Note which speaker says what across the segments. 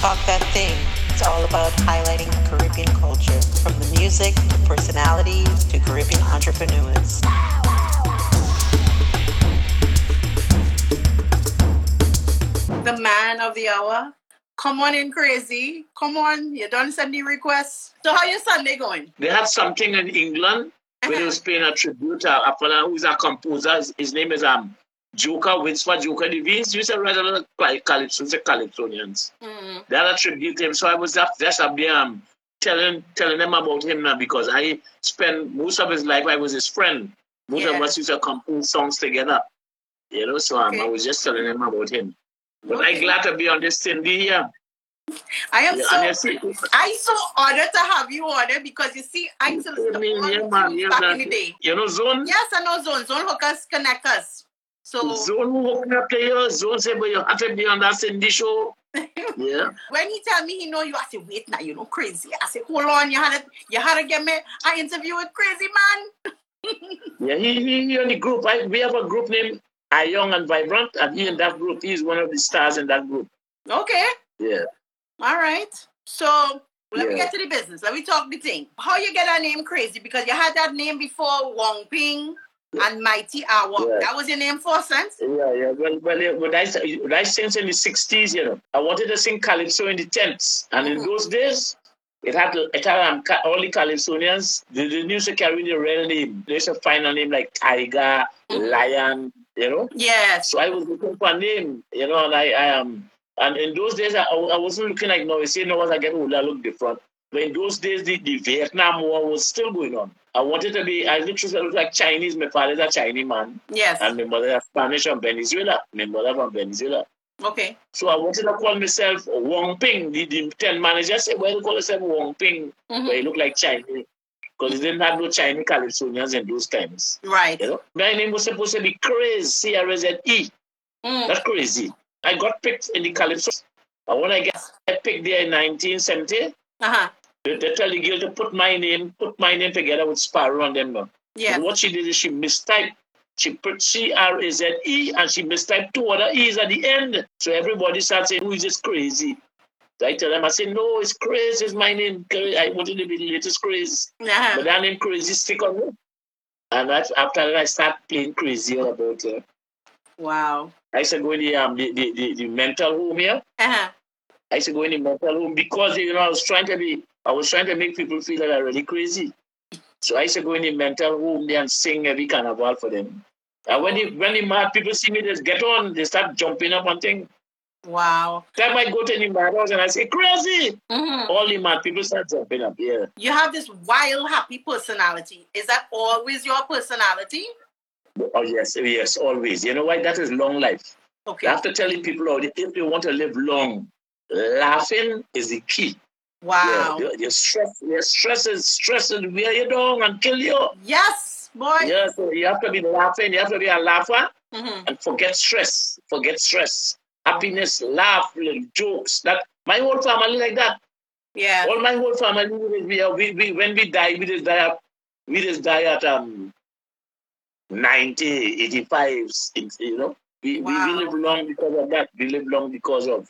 Speaker 1: Talk That Thing. It's all about highlighting Caribbean culture, from the music to personalities to Caribbean entrepreneurs. The man of the hour. Come on in crazy. Come on, you done send me requests. So how your Sunday going?
Speaker 2: They had something in England where they
Speaker 1: Uh-huh.
Speaker 2: was paying a Uh, tribute to a fellow who's a composer. His, his name is um Joker Winsford Joker Levines. You said rather than like Calypso's the Calypsonians.
Speaker 1: Mm.
Speaker 2: They had a tribute to him. So I was up just up there um, telling telling them about him now because I spent most of his life I was his friend. Most
Speaker 1: Yeah.
Speaker 2: of us used to compose songs together. You know, so um, I
Speaker 1: Okay.
Speaker 2: was just telling him about him. But I'm
Speaker 1: Okay.
Speaker 2: glad to be on this Cindy here.
Speaker 1: I am
Speaker 2: Yeah,
Speaker 1: so
Speaker 2: honestly,
Speaker 1: I'm so honored to have you on there because you see, I still
Speaker 2: I mean,
Speaker 1: on
Speaker 2: yeah,
Speaker 1: the
Speaker 2: man,
Speaker 1: tunes
Speaker 2: yeah,
Speaker 1: back
Speaker 2: that-
Speaker 1: in the day.
Speaker 2: you know, Zone,
Speaker 1: Yes, I know Zone. Zone hookers connect us. So
Speaker 2: Zone woke me up to you. Zone said, but you have to be on that Cindy show. yeah.
Speaker 1: when he tell me he know you, I say, wait now, you know crazy. I say, hold on, you had to, you had to get me an interview with crazy man.
Speaker 2: Yeah, he, he, he on the group. I, we have a group named I Young and Vibrant, and he in that group. He's one of the stars in that group.
Speaker 1: Okay.
Speaker 2: Yeah.
Speaker 1: All right. So let me
Speaker 2: Yeah.
Speaker 1: get to the business. Let me talk the thing. How you get that name crazy? Because you had that name before Wong Ping and Mighty Hour.
Speaker 2: Yeah.
Speaker 1: That was your name four cents.
Speaker 2: Yeah, yeah. Well, well yeah, when, I, when I sings in the 60s, you know, I wanted to sing Calypso in the tents. And in
Speaker 1: Mhm.
Speaker 2: those days, it had, it had um, ca- all the Calypsonians, they, they used to carry the real name. They used to find a name like Tiger,
Speaker 1: Mhm.
Speaker 2: Lion, you know.
Speaker 1: Yes.
Speaker 2: So I was looking for a name, you know, and I, I um, and in those days I, I wasn't looking like now. You see, now as I get older, I look different. But in those days, the, the Vietnam War was still going on. I wanted to be, I literally looked like Chinese. My father's a Chinese man,
Speaker 1: Yes.
Speaker 2: and my mother is Spanish from Venezuela. My mother from Venezuela.
Speaker 1: okay.
Speaker 2: So I wanted to call myself Wong Ping. The, the ten manager said, "Why you call yourself Wong Ping?
Speaker 1: Mhm.
Speaker 2: But you look like Chinese." Because they didn't have no Chinese Calypsonians in those times.
Speaker 1: Right.
Speaker 2: You know? My name was supposed to be Craze, C R A Z E.
Speaker 1: Mm.
Speaker 2: That's crazy. I got picked in the Calypso. And when I get I picked there in 1970,
Speaker 1: Uh-huh.
Speaker 2: they, they tell the girl to put my name, put my name together with Sparrow and them. now.
Speaker 1: Yes.
Speaker 2: And what she did is she mistyped. She put C R A Z E and she mistyped two other E's at the end. So everybody starts saying, Who is this crazy? So I tell them, I say, No, it's crazy, it's my name. Cra- I wanted to be the latest crazy.
Speaker 1: Uh-huh.
Speaker 2: But that name crazy stick on me. And that's after that, I start playing crazy all about her.
Speaker 1: Wow.
Speaker 2: I said, Go in the, um, the, the, the, the mental home here.
Speaker 1: Uh-huh.
Speaker 2: I used to go in the motel room because you know I was trying to be I was trying to make people feel that I'm really crazy. So I used to go in the mental room there and sing every carnival for them. And when the when the mad people see me, they just get on, they start jumping up and things.
Speaker 1: Wow.
Speaker 2: Time I go to the mad house and I say, crazy!
Speaker 1: Mhm.
Speaker 2: All the mad people start jumping up. Yeah.
Speaker 1: You have this wild, happy personality. Is that always your personality?
Speaker 2: Oh yes, yes, always. You know why? That is long life.
Speaker 1: Okay.
Speaker 2: You have to tell the people out there, if they want to live long, laughing is the key.
Speaker 1: Wow.
Speaker 2: Yeah. Your, your stress, your stress is stress is wear you down and kill you.
Speaker 1: Yes, boy.
Speaker 2: Yeah, so you have to be laughing. You have to be a laugher
Speaker 1: Mhm.
Speaker 2: and forget stress. Forget stress. Happiness, laugh, little jokes. That my whole family like that.
Speaker 1: Yeah.
Speaker 2: All my whole family. We, are- we, we when we die, we just die. At, we just die at um 90, 85. six- You know, we, we,
Speaker 1: Wow.
Speaker 2: we live long because of that. We live long because of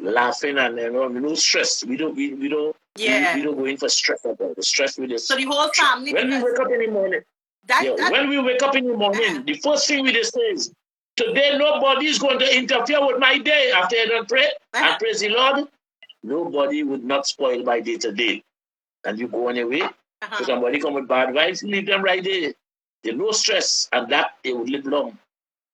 Speaker 2: laughing and you know, no stress. We don't we, we don't
Speaker 1: Yeah.
Speaker 2: we, we don't go in for stress at all. The stress we just
Speaker 1: So the whole family.
Speaker 2: when we
Speaker 1: because
Speaker 2: wake up in the morning.
Speaker 1: that,
Speaker 2: Yeah,
Speaker 1: that,
Speaker 2: when we wake up in the
Speaker 1: Uh-huh.
Speaker 2: morning, the first thing we just say is, Today nobody is going to interfere with my day. After I don't pray
Speaker 1: Uh-huh.
Speaker 2: and praise the Lord, nobody would not spoil my day today. And you go on your way.
Speaker 1: uh-huh.
Speaker 2: If somebody come with bad vibes, leave them right there. There's no stress, and that they would live long.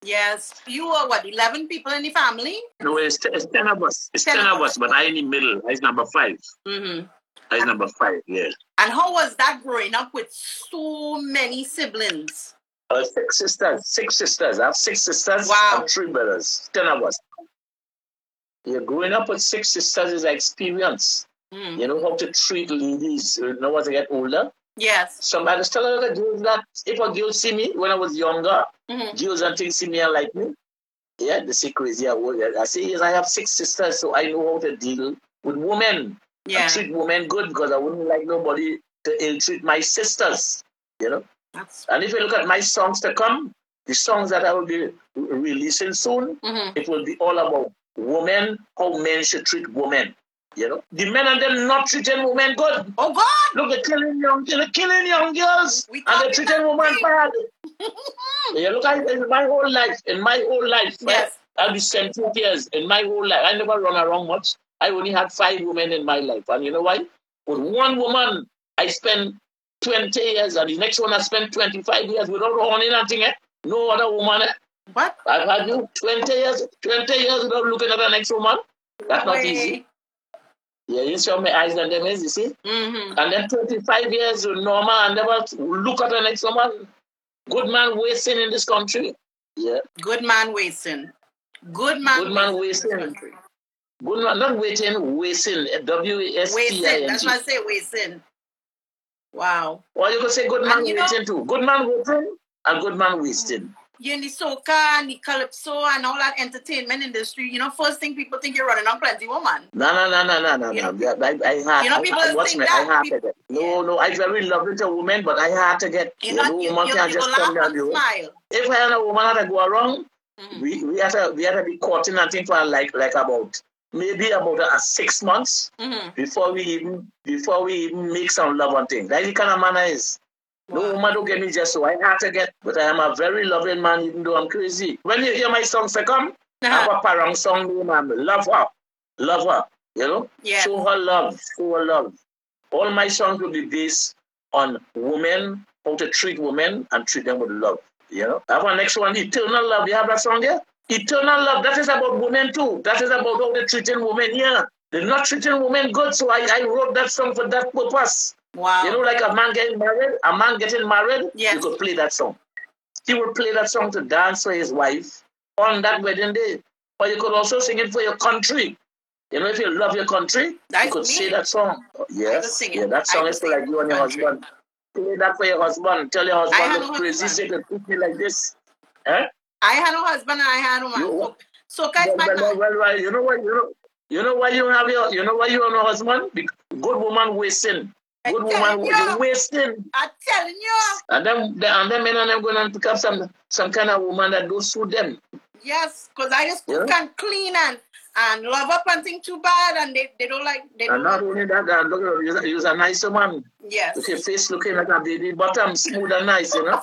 Speaker 1: Yes. You were what, 11 people in the family?
Speaker 2: No, it's, t- it's ten of us. It's
Speaker 1: Ten
Speaker 2: ten,
Speaker 1: of
Speaker 2: of us, but I in the middle. I is number five.
Speaker 1: Mm-hmm.
Speaker 2: I is number five. Yeah.
Speaker 1: And how was that growing up with so many siblings?
Speaker 2: Uh, six sisters. Six sisters. I have six sisters
Speaker 1: Wow.
Speaker 2: and three brothers. Ten of us. Yeah, growing up with six sisters is an experience.
Speaker 1: Mm.
Speaker 2: You know how to treat ladies. You know as I get older.
Speaker 1: Yes.
Speaker 2: Some I just tell other girls that if a girl see me when I was younger,
Speaker 1: Mhm.
Speaker 2: girls and things see me and like me. Yeah, they say crazy. I would. I say yes, I have six sisters, so I know how to deal with women.
Speaker 1: Yeah.
Speaker 2: And treat women good because I wouldn't like nobody to ill treat my sisters. You know.
Speaker 1: That's,
Speaker 2: And if you look at my songs to come, the songs that I will be re- releasing soon,
Speaker 1: hmm
Speaker 2: it will be all about women, how men should treat women. You know, the men and them not treating women good.
Speaker 1: Oh God!
Speaker 2: Look, they're killing young, they're killing young girls,
Speaker 1: We
Speaker 2: and
Speaker 1: can't
Speaker 2: they're
Speaker 1: be
Speaker 2: treating women bad. yeah, look, I, in my whole life, in my whole life,
Speaker 1: Yes.
Speaker 2: I'll be 17 years. In my whole life, I never run around much. I only had five women in my life, and you know why? With one woman, I spent 20 years, and the next one I spent 25 years without owning nothing. Eh? No other woman. Eh?
Speaker 1: What?
Speaker 2: I've had you 20 years, 20 years without looking at the next woman. That's not easy. Yeah, you see how my eyes and them is, you see?
Speaker 1: Mm-hmm.
Speaker 2: And then 25 years with Norma and never look at the next woman. Good man wasting in this country. Yeah.
Speaker 1: Good man wasting. Good man.
Speaker 2: Good man
Speaker 1: wasting in this
Speaker 2: wasting.
Speaker 1: country.
Speaker 2: Good man, not waiting, wasting. W A S T I
Speaker 1: Wasting.
Speaker 2: N
Speaker 1: That's
Speaker 2: G.
Speaker 1: why I say wasting. Wow.
Speaker 2: Or you could say good man
Speaker 1: And you know-
Speaker 2: waiting too. Good man waiting and good man wasting.
Speaker 1: You're in the soca and the calypso and all that entertainment industry. You know, first thing people think you're running on plenty woman.
Speaker 2: No, no, no, no, no, no,
Speaker 1: You
Speaker 2: no. I, I, I heart,
Speaker 1: you know,
Speaker 2: I-
Speaker 1: people
Speaker 2: I, what's
Speaker 1: think
Speaker 2: my,
Speaker 1: that
Speaker 2: I heart
Speaker 1: people-
Speaker 2: again. No, no, I very love little woman, but I heart again.
Speaker 1: You're not,
Speaker 2: no
Speaker 1: you,
Speaker 2: woman
Speaker 1: you,
Speaker 2: can
Speaker 1: you
Speaker 2: just
Speaker 1: laugh
Speaker 2: come down
Speaker 1: and
Speaker 2: the road.
Speaker 1: smile.
Speaker 2: If I had a woman had to go around,
Speaker 1: Mhm.
Speaker 2: we, we had to we had to be caught in nothing for like like about maybe about uh, six months
Speaker 1: Mhm.
Speaker 2: before we even before we even make some love on things. That's the kind of man I is. No
Speaker 1: Wow.
Speaker 2: woman don't get me just so I have to get, but I am a very loving man even though I'm crazy. When you hear my song second, I
Speaker 1: Uh-huh.
Speaker 2: have a parang song name and love her, love her. You know,
Speaker 1: Yes.
Speaker 2: show her love, show her love. All my songs will be based on women, how to treat women and treat them with love. You know, I have our next one, Eternal Love. You have that song there? Eternal Love. That is about women too. That is about how they're treating women here. They're not treating women good, so I, I wrote that song for that purpose.
Speaker 1: Wow.
Speaker 2: You know, like a man getting married, a man getting married,
Speaker 1: Yes.
Speaker 2: you could play that song. He would play that song to dance for his wife on that wedding day. But you could also sing it for your country. You know, if you love your country,
Speaker 1: That's
Speaker 2: you could
Speaker 1: me.
Speaker 2: sing that song. Yes.
Speaker 1: sing it.
Speaker 2: Yeah, that
Speaker 1: I
Speaker 2: song
Speaker 1: could
Speaker 2: is for
Speaker 1: sing it
Speaker 2: like
Speaker 1: for
Speaker 2: you and
Speaker 1: my
Speaker 2: your
Speaker 1: country.
Speaker 2: husband. Play that for your husband. Tell your
Speaker 1: I have
Speaker 2: husband,
Speaker 1: a
Speaker 2: look crazy,
Speaker 1: husband.
Speaker 2: say could treat me like this. Eh?
Speaker 1: I had a husband and I had a
Speaker 2: You-
Speaker 1: woman. So, soca is
Speaker 2: Well,
Speaker 1: my
Speaker 2: well, well,
Speaker 1: man.
Speaker 2: well, well, you know why you know you know why you have your you know why you have no husband? Because good woman wasting.
Speaker 1: I
Speaker 2: Good
Speaker 1: tell
Speaker 2: woman
Speaker 1: you.
Speaker 2: you wasting.
Speaker 1: I'm telling you.
Speaker 2: And then the- and then men and them going and pick up some some kind of woman that don't suit them.
Speaker 1: Yes, because I just
Speaker 2: Yeah.
Speaker 1: cook and clean and, and love up and think too bad and they, they don't like they
Speaker 2: And
Speaker 1: don't
Speaker 2: not only that, uh, look at you're, you're a nice woman
Speaker 1: yes.
Speaker 2: with your face looking like a baby bottom, smooth and nice, you know.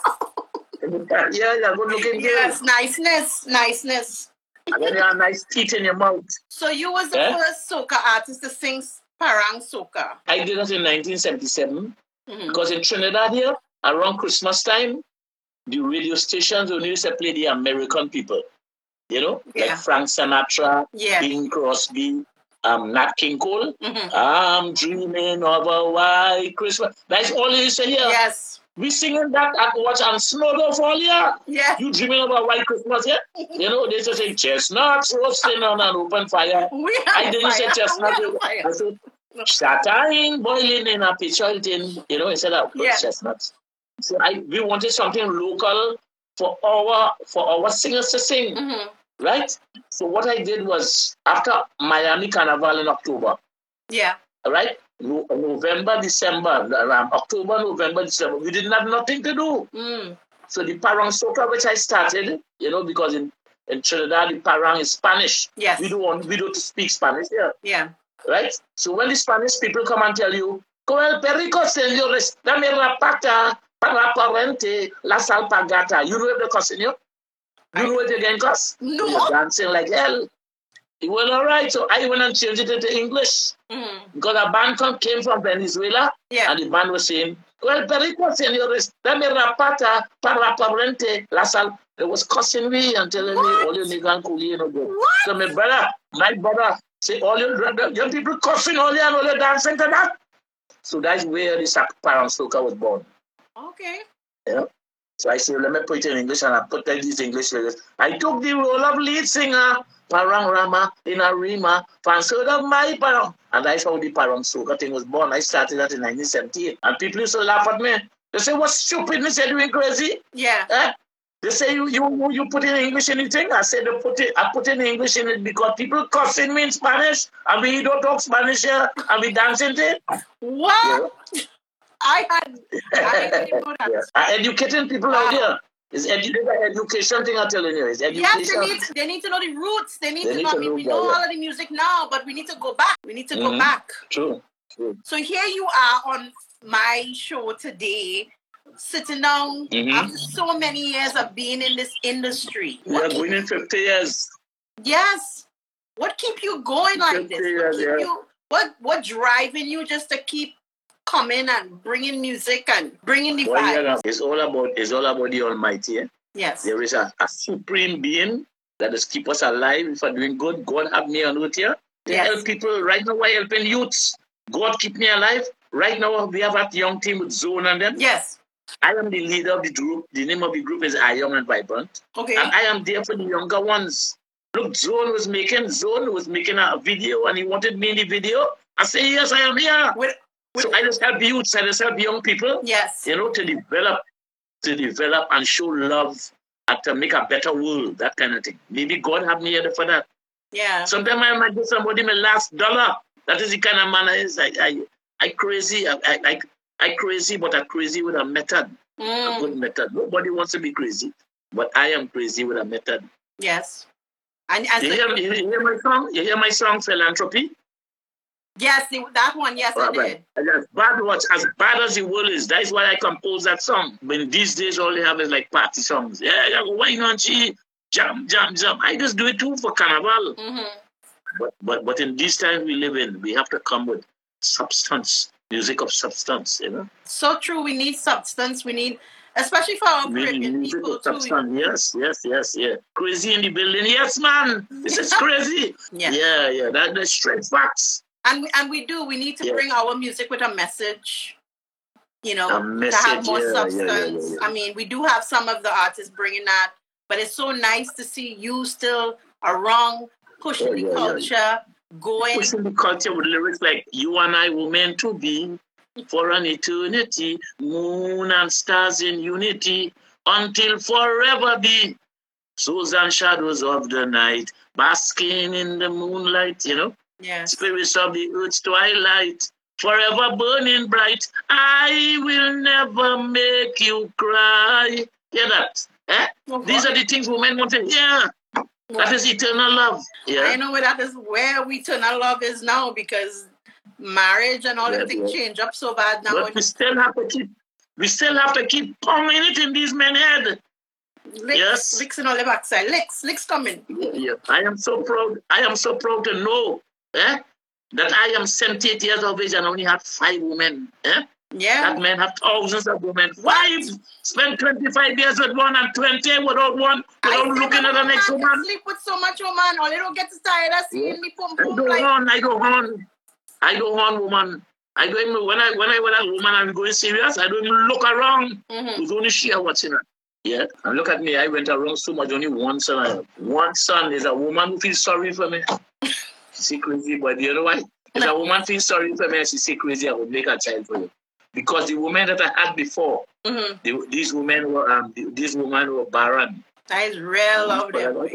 Speaker 2: yeah, you're a good looking girl.
Speaker 1: Yes, niceness, niceness.
Speaker 2: And then you have nice teeth in your mouth.
Speaker 1: So you was the
Speaker 2: Yeah.
Speaker 1: first soca artist to sing parang soca.
Speaker 2: I did that in 1977
Speaker 1: Mhm.
Speaker 2: because in Trinidad here, around Christmas time, the radio stations only used to play the American people, you know,
Speaker 1: Yeah.
Speaker 2: like Frank Sinatra,
Speaker 1: Yeah.
Speaker 2: Bing Crosby, um, Nat King Cole.
Speaker 1: Mhm.
Speaker 2: I'm dreaming of a white Christmas. That's all you say here.
Speaker 1: Yes.
Speaker 2: We singing that at watch and snow don't fall here.
Speaker 1: Yes.
Speaker 2: You dreaming about white Christmas here? You know, they just say chestnuts roasting on an open fire.
Speaker 1: We
Speaker 2: I
Speaker 1: had a
Speaker 2: didn't say
Speaker 1: fire. We
Speaker 2: chestnut.
Speaker 1: had a fire.
Speaker 2: I said chataing, boiling in a pitcher tin, you know, instead of
Speaker 1: Yeah.
Speaker 2: chestnuts. So I we wanted something local for our for our singers to sing,
Speaker 1: Mhm.
Speaker 2: right? So what I did was after Miami Carnival in October,
Speaker 1: Yeah.
Speaker 2: right? No, November, December, um, October, November, December. We didn't have nothing to do.
Speaker 1: Mm.
Speaker 2: So the parang soca which I started, you know, because in, in Trinidad the parang is Spanish.
Speaker 1: Yes.
Speaker 2: We don't we don't speak Spanish here,
Speaker 1: Yeah.
Speaker 2: right? So when the Spanish people come and tell you, "Con el perico, señores, dame la pata para parente, las alpagatas," you know what they're cussing you? You know what they're getting cussed?
Speaker 1: No.
Speaker 2: You're dancing like hell. Well, all right. So I went and changed it into English
Speaker 1: Mhm.
Speaker 2: because a band come, came from Venezuela
Speaker 1: Yeah.
Speaker 2: and the band was saying, Well, perico, señores, dame la pata para parente, la sal. They was cussing me and telling me, all you nigga and you know, go.
Speaker 1: What?
Speaker 2: So my brother, my brother, say, all you, your people cussing all you and all you dancing to that. So that's where the sac- Paranstoka was born.
Speaker 1: Okay.
Speaker 2: You know? So I said, let me put it in English and I put that these English lyrics. I took the role of lead singer, Parang Rama, in a Rima, Fansod of my Parang. And that's how the Parang Soka thing was born. I started that in 1978. And people used to laugh at me. They say, what stupidness you're doing crazy?
Speaker 1: Yeah.
Speaker 2: Eh? They say, you, you you put in English in the thing? I said, "They put it, I put in English in it because people cussing me in Spanish and we don't talk Spanish here and we dancing there.
Speaker 1: What?
Speaker 2: You know?
Speaker 1: I had I didn't know that.
Speaker 2: Yeah. Uh, educating people out
Speaker 1: Wow.
Speaker 2: here. It's edu- this is education thing I'm telling you. It's education.
Speaker 1: Yes, they need, to, they need to know the roots. They need
Speaker 2: They
Speaker 1: to
Speaker 2: need
Speaker 1: know.
Speaker 2: to
Speaker 1: I mean,
Speaker 2: know
Speaker 1: we
Speaker 2: that,
Speaker 1: know
Speaker 2: yeah.
Speaker 1: all of the music now, but we need to go back. We need to go
Speaker 2: Mhm.
Speaker 1: back.
Speaker 2: True. True.
Speaker 1: So here you are on my show today, sitting down
Speaker 2: Mhm.
Speaker 1: after so many years of being in this industry.
Speaker 2: We are going in 50 years.
Speaker 1: Yes. What keep you going like this? What
Speaker 2: Yeah, yeah.
Speaker 1: keep you what what driving you just to keep coming and bringing music and bringing the
Speaker 2: One year
Speaker 1: vibe?
Speaker 2: now. It's all about it's all about the Almighty. eh?
Speaker 1: Yes.
Speaker 2: There is a, a supreme being that is keep us alive. If I'm doing good, God have me on earth here. They
Speaker 1: Yes.
Speaker 2: help people right now. We're helping youths. God keep me alive. Right now we have that young team with Zone and them.
Speaker 1: Yes.
Speaker 2: I am the leader of the group. The name of the group is I Young and Vibrant.
Speaker 1: Okay.
Speaker 2: And I am there for the younger ones. Look, Zone was making Zone was making a video and he wanted me in the video. I say, yes, I am here.
Speaker 1: With- with-
Speaker 2: so I just help youths, I just help young people,
Speaker 1: yes.
Speaker 2: you know, to develop, to develop and show love and to make a better world, that kind of thing. Maybe God have me here for that.
Speaker 1: Yeah.
Speaker 2: Sometimes I might give somebody my last dollar. That is the kind of man I is. I, I, I crazy. I, I, I, I crazy, but I crazy with a method a
Speaker 1: Mm,
Speaker 2: good method. Nobody wants to be crazy, but I am crazy with a method.
Speaker 1: yes. And as
Speaker 2: You
Speaker 1: a-
Speaker 2: hear, you hear my song? You hear my song, philanthropy?
Speaker 1: yes, the, that one, yes, I
Speaker 2: All
Speaker 1: did.
Speaker 2: right. And As bad was as bad as the world is, that is why I composed that song. When these days all they have is like party songs. Yeah, yeah, why not she jump, jump, jump? I just do it too for carnival.
Speaker 1: Mm-hmm.
Speaker 2: But but but in these times we live in, we have to come with substance, music of substance, you know.
Speaker 1: So true. We need substance. We need, especially for our
Speaker 2: We need
Speaker 1: Caribbean
Speaker 2: music
Speaker 1: people
Speaker 2: of
Speaker 1: too.
Speaker 2: substance. Yes, yes, yes, yeah. Crazy in the building. Yes, man. This is crazy.
Speaker 1: Yeah.
Speaker 2: Yeah, yeah, that, that's straight facts.
Speaker 1: And we, and we do. We need to
Speaker 2: Yeah.
Speaker 1: bring our music with a message. You know,
Speaker 2: A
Speaker 1: to
Speaker 2: message,
Speaker 1: have more
Speaker 2: yeah, yeah, yeah,
Speaker 1: substance.
Speaker 2: yeah, yeah.
Speaker 1: I mean, we do have some of the artists bringing that, but it's so nice to see you still around pushing
Speaker 2: Yeah, yeah,
Speaker 1: the
Speaker 2: yeah.
Speaker 1: culture, going.
Speaker 2: Pushing the culture with lyrics like "You and I were meant to be for an eternity, moon and stars in unity, until forever be." Souls and shadows of the night, basking in the moonlight. You know,
Speaker 1: Yes.
Speaker 2: spirits of the earth's twilight, forever burning bright. I will never make you cry. Hear that? Eh? These are the things women want to hear. That is eternal love.
Speaker 1: I
Speaker 2: Yeah.
Speaker 1: know that is where we turn our love is now because marriage and all
Speaker 2: Yeah,
Speaker 1: the things
Speaker 2: yeah.
Speaker 1: change up so bad now.
Speaker 2: But we still have to keep we still have to keep pumping it in these men's head.
Speaker 1: Licks,
Speaker 2: yes.
Speaker 1: licks in all the backside. Licks, licks coming.
Speaker 2: Yeah. I am so proud. I am so proud to know eh, that I am 78 years of age and only had five women. Eh?
Speaker 1: Yeah.
Speaker 2: That man have thousands of women. Five spent 25 years with one and 20 without one,
Speaker 1: I
Speaker 2: without
Speaker 1: see
Speaker 2: looking
Speaker 1: that
Speaker 2: at the next
Speaker 1: man
Speaker 2: woman.
Speaker 1: Sleep with so much woman, or they don't get tired of seeing me pump
Speaker 2: I
Speaker 1: pump
Speaker 2: go
Speaker 1: like
Speaker 2: on, I go on. I go on, woman. I go even when I when I when I woman I'm going serious, I don't even look around.
Speaker 1: Mhm.
Speaker 2: With only she and what's in her. Yeah. And look at me, I went around so much, only one son. I have. One son is a woman who feels sorry for me. She crazy, but you know why? If a woman feels sorry for me and she say crazy, I would make a child for you. Because the women that I had before,
Speaker 1: Mhm.
Speaker 2: they, these women were um, the- these women were barren.
Speaker 1: That is real out
Speaker 2: But I,
Speaker 1: there.
Speaker 2: I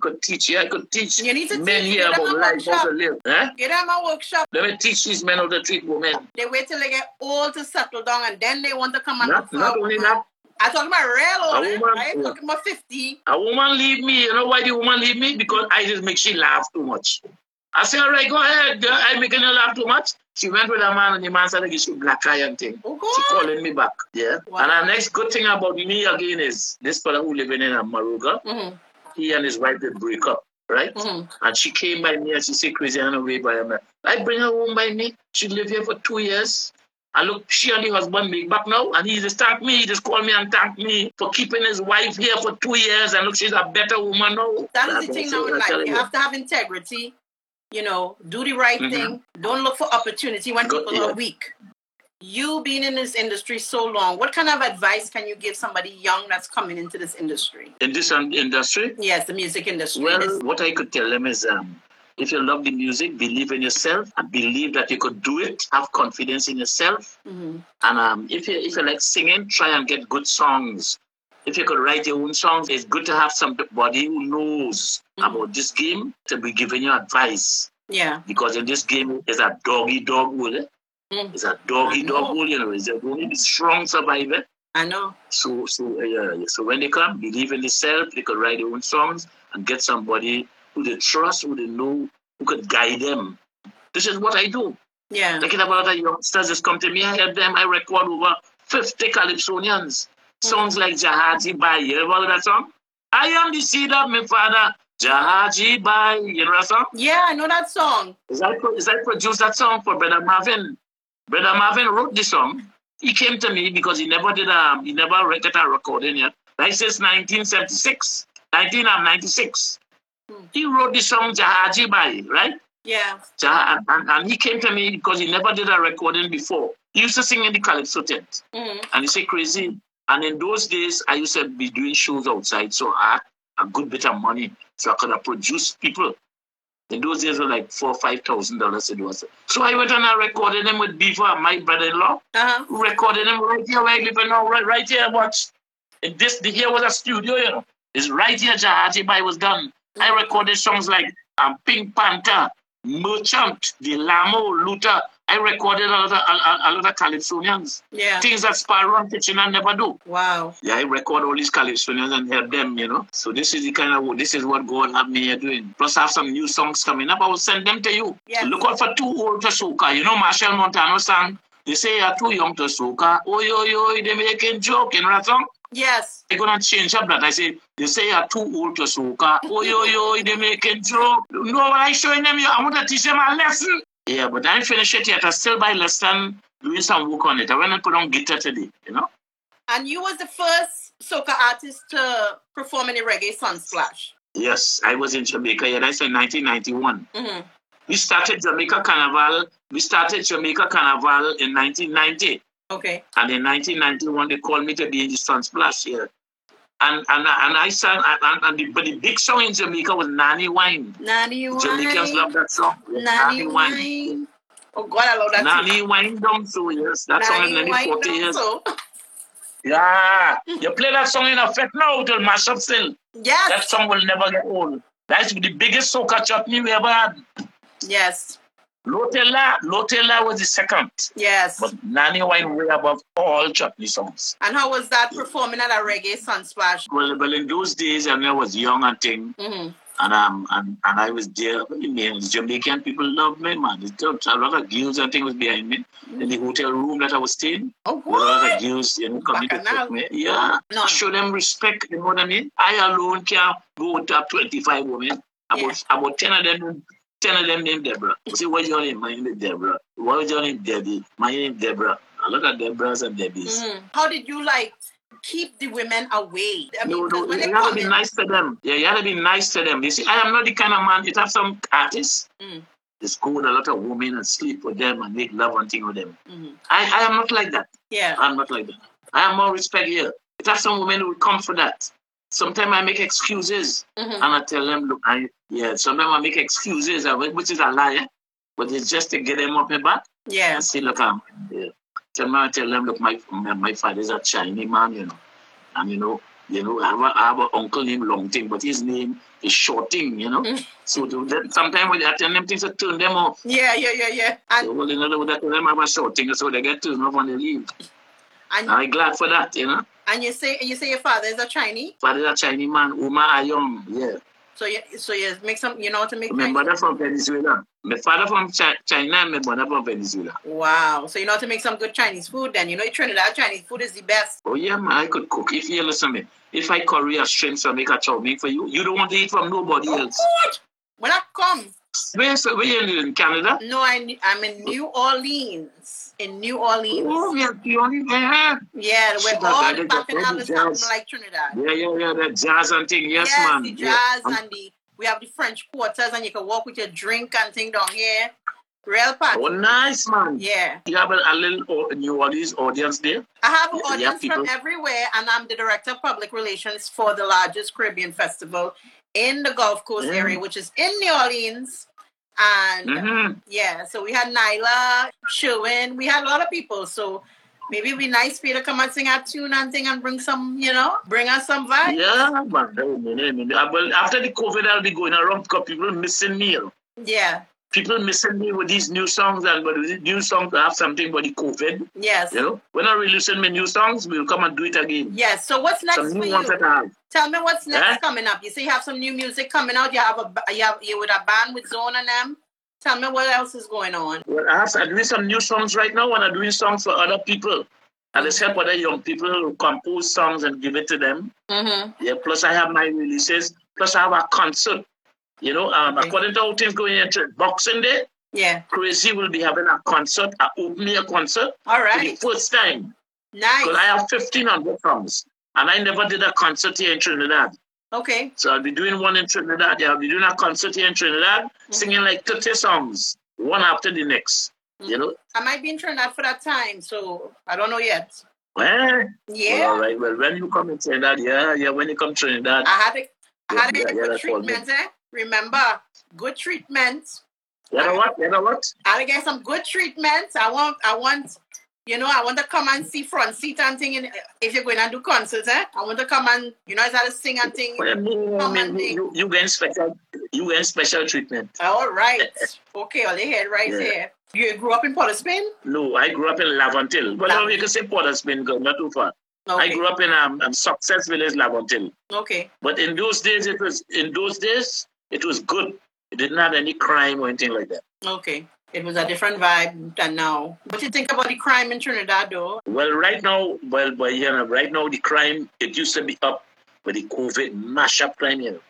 Speaker 2: could teach, I could teach, yeah, I could teach
Speaker 1: You need to
Speaker 2: men
Speaker 1: teach
Speaker 2: here
Speaker 1: them
Speaker 2: about
Speaker 1: about
Speaker 2: life, how to
Speaker 1: shop.
Speaker 2: live. Huh?
Speaker 1: Get them a workshop.
Speaker 2: Let me teach these men how to treat women.
Speaker 1: They wait till they get old to settle down, and then they want to come and look
Speaker 2: Not,
Speaker 1: for
Speaker 2: not
Speaker 1: a
Speaker 2: only
Speaker 1: woman.
Speaker 2: that,
Speaker 1: I talking about real old. eh?
Speaker 2: woman,
Speaker 1: I ain't
Speaker 2: yeah.
Speaker 1: talking about fifty.
Speaker 2: A woman leave me. You know why the woman leave me? Because I just make she laugh too much. I say, all right, go ahead, girl. I making her laugh too much. She went with a man, and the man started giving black eye and thing.
Speaker 1: Oh
Speaker 2: She
Speaker 1: God.
Speaker 2: calling me back. Yeah.
Speaker 1: Wow.
Speaker 2: And the next good thing about me again is this fella who living in Amaruga,
Speaker 1: Mhm.
Speaker 2: he and his wife they break up, right?
Speaker 1: Mhm.
Speaker 2: And she came by me and she said, crazy, I'm away by her. I bring her home by me. She lived here for two years. And look, she and the husband make back now. And he just thank me. He just called me and thanked me for keeping his wife here for two years. And look, she's a better woman now.
Speaker 1: That is
Speaker 2: That's
Speaker 1: the thing now
Speaker 2: what
Speaker 1: in
Speaker 2: I'm
Speaker 1: life.
Speaker 2: telling
Speaker 1: You
Speaker 2: you.
Speaker 1: have to have integrity. You know, do the right
Speaker 2: Mhm.
Speaker 1: thing. Don't look for opportunity when
Speaker 2: Go-
Speaker 1: people
Speaker 2: yeah.
Speaker 1: are weak. You being in this industry so long, what kind of advice can you give somebody young that's coming into this industry?
Speaker 2: In this um, industry,
Speaker 1: Yes, the music industry.
Speaker 2: well,
Speaker 1: This-
Speaker 2: what I could tell them is um, if you love the music, believe in yourself and believe that you could do it. Have confidence in yourself.
Speaker 1: Mhm.
Speaker 2: And um, if you if you like singing, try and get good songs. If you could write your own songs, it's good to have somebody who knows
Speaker 1: Mhm.
Speaker 2: about this game to be giving you advice.
Speaker 1: Yeah.
Speaker 2: Because in this game, it's a doggy dog world. eh?
Speaker 1: Mm.
Speaker 2: It's a doggy
Speaker 1: I know.
Speaker 2: dog world. You know, it's only the strong survivor.
Speaker 1: I know.
Speaker 2: So, so uh, yeah, yeah. so when they come, believe in themselves, they could write their own songs and get somebody who they trust, who they know, who could guide them. This is what I do.
Speaker 1: Yeah.
Speaker 2: Thinking about the youngsters just come to me, I help them. I record over 50 Calypsonians. Songs like Jahaji Bai. You ever heard that song? I am the seed of my father, Jahaji Bai. You know that song?
Speaker 1: Yeah, I know that song.
Speaker 2: Is I, pro- is I produced that song for Brother Marvin. Brother Marvin wrote the song. He came to me because he never did a, he never re- get a recording yet. Like since 1976, 1996.
Speaker 1: Hmm.
Speaker 2: He wrote the song Jahaji Bai, right?
Speaker 1: Yeah.
Speaker 2: Ja- and, and, and he came to me because he never did a recording before. He used to sing in the Calypso tent.
Speaker 1: Mm.
Speaker 2: And he said, crazy. And in those days, I used to be doing shows outside. So I had a good bit of money. So I could have produced people. In those days, it was like four or five thousand dollars it was. So I went and I recorded them with Beaver, my brother-in-law.
Speaker 1: Uh-huh.
Speaker 2: Recorded them right here, where I live now, right, right here. Watch. And this the- here was a studio, you know. It's right here, Jahaji Bai was done. I recorded songs like um, Pink Panther, Merchant, The Lamo, Luther. I recorded a lot of, a, a, a lot of Calypsonians.
Speaker 1: Yeah.
Speaker 2: Things that Sparrow and Kitchener never do.
Speaker 1: Wow.
Speaker 2: Yeah, I record all these Calypsonians and help them, you know. So this is the kind of this is what God have me here doing. Plus, I have some new songs coming up. I will send them to you.
Speaker 1: Yes.
Speaker 2: Look out for two old to soca. You know, Marshall Montano sang. They say you're too young to soca. Oh yo yo, they making joke in that song.
Speaker 1: Yes.
Speaker 2: They're gonna change up that. I say they say you're too old to soca. Oh yo yo, they making joke. No, when I showing them, I want to teach them a lesson. Yeah, but I didn't finish it yet. I still by lesson doing some work on it. I went and put on guitar today. You know.
Speaker 1: And you was the first soca artist to perform in the reggae sunsplash.
Speaker 2: Yes, I was in Jamaica. Yeah, that's in 1991.
Speaker 1: Mm-hmm.
Speaker 2: We started Jamaica Carnival. We started Jamaica Carnival in 1990,
Speaker 1: Okay.
Speaker 2: and in 1991 they called me to be in the Sunsplash here. And and and I sang. And, and, and the, but the big song in Jamaica was Nanny Wine.
Speaker 1: Nanny
Speaker 2: Jamaicans
Speaker 1: wine.
Speaker 2: love that song.
Speaker 1: Nanny
Speaker 2: Wine.
Speaker 1: wine. Oh God, I love that
Speaker 2: Nanny Wine down so yes, that song is
Speaker 1: Nanny
Speaker 2: nearly 40
Speaker 1: wine.
Speaker 2: years.
Speaker 1: So.
Speaker 2: Yeah, you play that song in effect now, it'll mash up still. That
Speaker 1: Yes.
Speaker 2: song will never get old. That's the biggest soca chutney we ever had.
Speaker 1: Yes.
Speaker 2: Lotela, Lotela was the second,
Speaker 1: Yes.
Speaker 2: but Nanny Wine way above all Chutney songs.
Speaker 1: And how was that performing at a reggae sunsplash?
Speaker 2: Well, well, in those days, and I was young and thing,
Speaker 1: Mm-hmm.
Speaker 2: and um, and, and I was there. What do you mean? Jamaican people love me, man. It's just a lot of girls and things was behind me in the hotel room that I was staying.
Speaker 1: Oh,
Speaker 2: A lot
Speaker 1: what?
Speaker 2: of girls, you know, coming to
Speaker 1: Bacchanal.
Speaker 2: take me. Yeah,
Speaker 1: No.
Speaker 2: show them respect. You know what I mean? I alone can go top twenty-five women. About about ten of them, ten of them named Deborah. You see, what's your name? My name is Deborah. What's your name, Debbie? My name is Deborah. I look at Deborahs and Debbies.
Speaker 1: Mhm. How did you like keep the women away? I
Speaker 2: No,
Speaker 1: mean, 'cause
Speaker 2: no,
Speaker 1: when they
Speaker 2: you gotta
Speaker 1: come
Speaker 2: be
Speaker 1: in,
Speaker 2: nice to them. Yeah, you gotta be nice to them. You see, I am not the kind of man. You have some artists.
Speaker 1: Mm.
Speaker 2: Just go with a lot of women and sleep with them and make love and thing with them.
Speaker 1: Mhm.
Speaker 2: I, I am not like that.
Speaker 1: yeah,
Speaker 2: I'm not like that. I have more respect here. It has some women who will come for that. Sometimes I make excuses
Speaker 1: Mhm.
Speaker 2: and I tell them, look, I yeah, sometimes I make excuses, I- which is a lie, but it's just to get them up and back
Speaker 1: yeah,
Speaker 2: and say, look, I'm yeah. Sometimes I tell them, look, my my, my father's a Chinese man, you know. And you know, you know, I have a, I have an uncle named Long Thing, but his name is Short Thing, you know.
Speaker 1: Mm.
Speaker 2: So to them, sometimes when I tell them things, I turn them off.
Speaker 1: yeah, yeah, yeah, yeah. And
Speaker 2: So, well, you know, that them have a short thing, so they get turned off and they leave.
Speaker 1: and
Speaker 2: I'm glad for that, you know.
Speaker 1: and you say you say your father is a Chinese,
Speaker 2: Father a Chinese man, Uma Ayom. Yeah.
Speaker 1: so you so you make some you know how to make
Speaker 2: My
Speaker 1: Chinese.
Speaker 2: mother from Venezuela. My father from Chi- China and my mother from Venezuela.
Speaker 1: Wow, so you know how to make some good Chinese food. Then you know Trinidad Chinese food is the best.
Speaker 2: Oh yeah, man, I could cook. If you listen to me, if I curry a shrimps and make a chow mein for you, you don't want to eat from nobody else.
Speaker 1: Good. When I come,
Speaker 2: Where, so where you live in Canada?
Speaker 1: no, I I'm in New Orleans. In New Orleans,
Speaker 2: Oh, we are the only there.
Speaker 1: yeah, where
Speaker 2: Sugar
Speaker 1: all
Speaker 2: daddy,
Speaker 1: back and
Speaker 2: daddy,
Speaker 1: is happening
Speaker 2: jazz.
Speaker 1: like Trinidad.
Speaker 2: Yeah, yeah, yeah, that jazz and thing. Yes, man.
Speaker 1: the jazz
Speaker 2: Yeah. And-
Speaker 1: and the we have the French quarters and you can walk with your drink and thing down here. Real party.
Speaker 2: Oh, nice, man.
Speaker 1: Yeah.
Speaker 2: You have a, a little au- New Orleans audience there?
Speaker 1: I have an
Speaker 2: Yeah, we have
Speaker 1: audience from
Speaker 2: people.
Speaker 1: everywhere and I'm the director of public relations for the largest Caribbean festival in the Gulf Coast
Speaker 2: Mm.
Speaker 1: area, which is in New Orleans. And
Speaker 2: Mm-hmm.
Speaker 1: yeah, so we had Nyla, Sherwin, we had a lot of people. So maybe it'd be nice for you to come and sing our tune and thing and bring some, you know, bring us some vibe.
Speaker 2: Yeah, man. Oh, man, man. Well, after the COVID, I'll be going around because people missing meal.
Speaker 1: Yeah.
Speaker 2: people missing me with these new songs and but with new songs I have something about the COVID.
Speaker 1: Yes.
Speaker 2: You know, when I release my new songs, we'll come and do it again.
Speaker 1: Yes. So what's next
Speaker 2: Some
Speaker 1: for
Speaker 2: new
Speaker 1: you?
Speaker 2: ones that I have.
Speaker 1: Tell me what's next
Speaker 2: Huh?
Speaker 1: coming up. You say you have some new music coming out. You have a ba- you have you with a band with Zone and them. Tell me what else is going on.
Speaker 2: Well, I have, I'm doing some new songs right now, and I'm doing songs for other people. And let's help other young people who compose songs and give it to them.
Speaker 1: Mm-hmm.
Speaker 2: Yeah, plus I have my releases. Plus I have a concert. You know, um,
Speaker 1: Okay.
Speaker 2: according to how things going into Boxing Day,
Speaker 1: Yeah.
Speaker 2: Crazy will be having a concert, a opening concert
Speaker 1: All
Speaker 2: for the
Speaker 1: right.
Speaker 2: first time. Because I
Speaker 1: Nice.
Speaker 2: have 1,500 songs. And I never did a concert here in Trinidad.
Speaker 1: Okay.
Speaker 2: So I'll be doing one in Trinidad. Yeah, I'll be doing a concert here in Trinidad,
Speaker 1: Mm-hmm.
Speaker 2: singing like 30 songs, one after the next. You know?
Speaker 1: I might be in Trinidad for that time, so I don't know yet.
Speaker 2: Well, Well, all
Speaker 1: Yeah.
Speaker 2: right. Well, when you come in Trinidad, yeah, yeah. When you come to Trinidad,
Speaker 1: I had a, I had a
Speaker 2: Yeah, yeah,
Speaker 1: good
Speaker 2: that's all good.
Speaker 1: treatment, eh? Remember, good treatment.
Speaker 2: you know what? You know what?
Speaker 1: I gotta get some good treatment. I want, I want, you know, I want to come and see front seat and thing. In, if you're going to do concerts, eh? I want to come and, you know, I gotta sing and thing.
Speaker 2: Well, you,
Speaker 1: Come
Speaker 2: you,
Speaker 1: and
Speaker 2: you,
Speaker 1: dig.
Speaker 2: you, you get special, you get special treatment.
Speaker 1: All right. Okay, all they had right
Speaker 2: Yeah.
Speaker 1: there. You grew up in Port of Spain?
Speaker 2: No, I grew up in Lavantil. Well,
Speaker 1: Lavantil.
Speaker 2: you can say Port of Spain, girl, not too far.
Speaker 1: Okay.
Speaker 2: I grew up in um, um success village Lavantil.
Speaker 1: Okay.
Speaker 2: But in those days, it was in those days it was good. It didn't have any crime or anything like that.
Speaker 1: Okay. It was a different vibe than now. What you think about the crime in Trinidad, though?
Speaker 2: Well, right now, well, but you know, right now the crime it used to be up, but the COVID mash up crime, you know.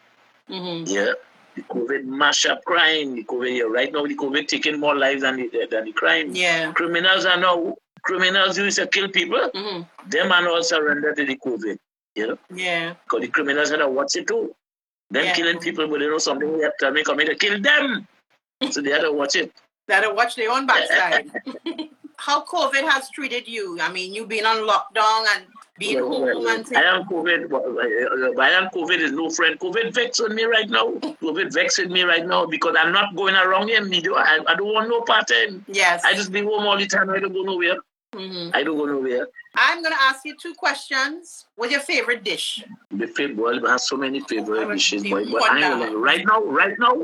Speaker 1: Mm-hmm.
Speaker 2: Yeah. The COVID mash up crime. The COVID, yeah, right now, the COVID taking more lives than the, than the crime.
Speaker 1: Yeah.
Speaker 2: Criminals are now, criminals who used to kill people,
Speaker 1: Mm-hmm.
Speaker 2: them are now surrender to the COVID. You know,
Speaker 1: Yeah.
Speaker 2: because the criminals are now what's it do? Them
Speaker 1: Yeah.
Speaker 2: killing people, but they know something they have to make coming to kill them. so they had to watch it.
Speaker 1: That'll watch their own backside. How COVID has treated you? I mean, you being on lockdown and being
Speaker 2: Well,
Speaker 1: home
Speaker 2: well, well,
Speaker 1: and
Speaker 2: I
Speaker 1: things.
Speaker 2: am COVID. but, uh, uh, I am COVID is no friend. COVID vexing me right now. COVID vexing me right now because I'm not going around him. I don't I don't want no part time.
Speaker 1: Yes.
Speaker 2: I just be home all the time. I don't go nowhere.
Speaker 1: Mhm.
Speaker 2: I don't go nowhere.
Speaker 1: I'm going to ask you two questions. What's your favorite dish?
Speaker 2: The favorite boy I have so many favorite dishes, boy. But I ain't gonna lie.
Speaker 1: Wonder.
Speaker 2: Right now, right now,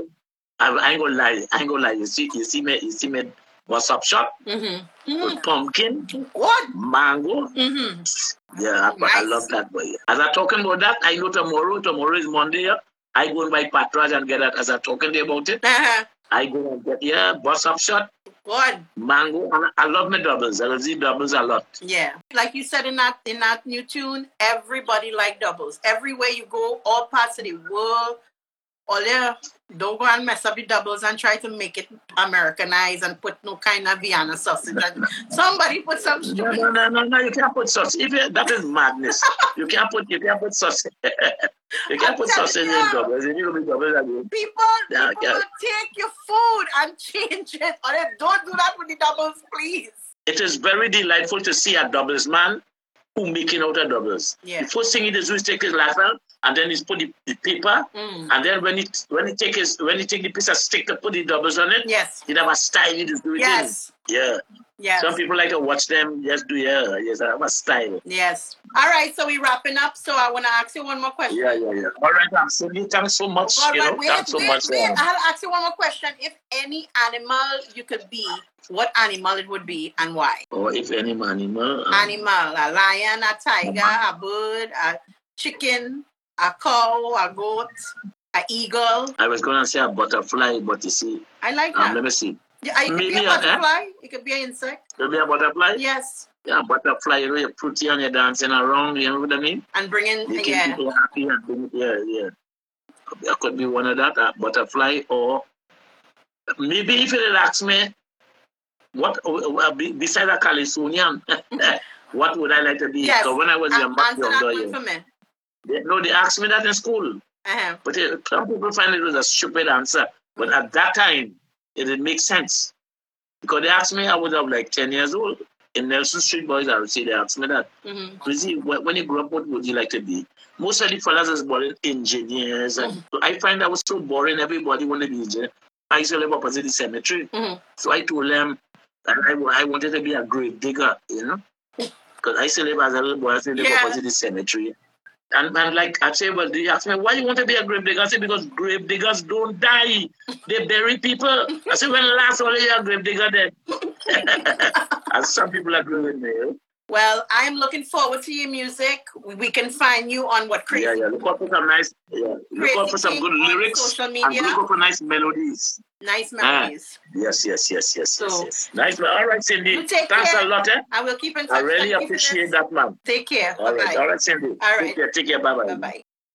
Speaker 2: I, I ain't gonna lie. I ain't gonna lie. You see, you see me, you see me. What's up, shop
Speaker 1: Mm-hmm.
Speaker 2: with pumpkin,
Speaker 1: What?
Speaker 2: mango.
Speaker 1: Mm-hmm.
Speaker 2: Yeah, I, I
Speaker 1: Nice.
Speaker 2: love that boy. As I'm talking about that, I know tomorrow. Tomorrow is Monday. yeah. I go and buy patras and get that. As I'm talking about it,
Speaker 1: Uh-huh.
Speaker 2: I go and get yeah, bus up shot,
Speaker 1: What?
Speaker 2: mango. And I, I love my doubles. I love these doubles a lot.
Speaker 1: Yeah, like you said in that in that new tune, everybody like doubles. Everywhere you go, all parts of the world, all there. Don't go and mess up the doubles and try to make it Americanized and put no kind of Vienna sausage. And somebody put some
Speaker 2: No,
Speaker 1: stupid.
Speaker 2: no, no, no, no, you can't put sauce. If you, that is madness. You can't put you can't put sauce. you can't
Speaker 1: I'm
Speaker 2: put
Speaker 1: telling
Speaker 2: sauce in
Speaker 1: you.
Speaker 2: your doubles. You need to be doubles again.
Speaker 1: People,
Speaker 2: Yeah,
Speaker 1: people
Speaker 2: yeah.
Speaker 1: will take your food and change it. Or they don't do that with the doubles, please.
Speaker 2: It is very delightful to see a doubles man who making out a doubles.
Speaker 1: Yeah.
Speaker 2: The first thing he does is take his rifle and then he's put the, the paper
Speaker 1: Mm.
Speaker 2: and then when he when he take his when he take the piece of stick to put the doubles on it,
Speaker 1: Yes.
Speaker 2: he have a style he just do it in.
Speaker 1: Yes.
Speaker 2: Yeah.
Speaker 1: Yes.
Speaker 2: Some people like to watch them just do yeah, yes, I have a style.
Speaker 1: Yes. All right. So we're wrapping up. So I want to ask you one more question.
Speaker 2: Yeah, yeah, yeah. All right, absolutely. Thanks so much.
Speaker 1: Well,
Speaker 2: you know,
Speaker 1: but wait,
Speaker 2: thanks so
Speaker 1: wait,
Speaker 2: much.
Speaker 1: wait.
Speaker 2: um,
Speaker 1: I'll ask you one more question. If any animal you could be, what animal it would be and why?
Speaker 2: or if any animal. um,
Speaker 1: Animal, a lion, a tiger, a bird, a chicken, a cow, a goat, a eagle.
Speaker 2: I was gonna say a butterfly, but you see,
Speaker 1: I like
Speaker 2: um,
Speaker 1: that.
Speaker 2: let me see.
Speaker 1: Yeah, it could be
Speaker 2: maybe
Speaker 1: a
Speaker 2: a- eh?
Speaker 1: butterfly. It could be an insect.
Speaker 2: Maybe a butterfly.
Speaker 1: Yes.
Speaker 2: Yeah, butterfly. You know, you're pretty and you're dancing around. You know what I mean?
Speaker 1: And bring in,
Speaker 2: Making
Speaker 1: yeah.
Speaker 2: people happy and doing- yeah, yeah. I could be one of that a butterfly or maybe if you relax me, what uh, uh, be- beside a Californian, what would I like to be?
Speaker 1: Yes.
Speaker 2: Because when I was
Speaker 1: An-
Speaker 2: a much
Speaker 1: answer that
Speaker 2: younger,
Speaker 1: one
Speaker 2: yeah.
Speaker 1: for me.
Speaker 2: They- no, they asked me that in school.
Speaker 1: Uh-huh.
Speaker 2: But it, some people find it was a stupid answer. But at that time, it didn't make sense. Because they asked me, I was uh, like 10 years old. In Nelson Street Boys, I would say they asked me that.
Speaker 1: hmm
Speaker 2: Chrissy, wh- when you grew up, what would you like to be? Most of the fellas is boring engineers. And so I find I was so boring, everybody wanted to be engineer. I used to live opposite the cemetery.
Speaker 1: Mhm.
Speaker 2: So I told them that I, wa- I wanted to be a grave digger, you know? Because I used to live as a little boy, I used to live
Speaker 1: Yeah.
Speaker 2: opposite the cemetery. And, and like I say, well, they ask me, why you want to be a grave digger? I say, because grave diggers don't die. They bury people. I say, when last only a grave digger then? and some people agree with me. eh?
Speaker 1: Well, I'm looking forward to your music. We can find you on what crazy.
Speaker 2: Yeah, yeah. Look out for some nice, yeah. look out
Speaker 1: Crazy
Speaker 2: for some
Speaker 1: King
Speaker 2: good
Speaker 1: on
Speaker 2: lyrics
Speaker 1: social
Speaker 2: and
Speaker 1: media.
Speaker 2: look out for nice melodies.
Speaker 1: Nice
Speaker 2: Ah.
Speaker 1: memories.
Speaker 2: Yes, yes, yes, yes, yes,
Speaker 1: So-
Speaker 2: yes. Nice. All right, Cindy.
Speaker 1: You take
Speaker 2: Thanks
Speaker 1: care.
Speaker 2: a lot, eh?
Speaker 1: I will keep in touch.
Speaker 2: I
Speaker 1: Thank
Speaker 2: really
Speaker 1: you for this.
Speaker 2: appreciate that, man.
Speaker 1: Take care.
Speaker 2: All right,
Speaker 1: Bye
Speaker 2: all
Speaker 1: bye.
Speaker 2: right, Cindy.
Speaker 1: All right.
Speaker 2: Take care, take care. Bye-bye.
Speaker 1: Bye bye.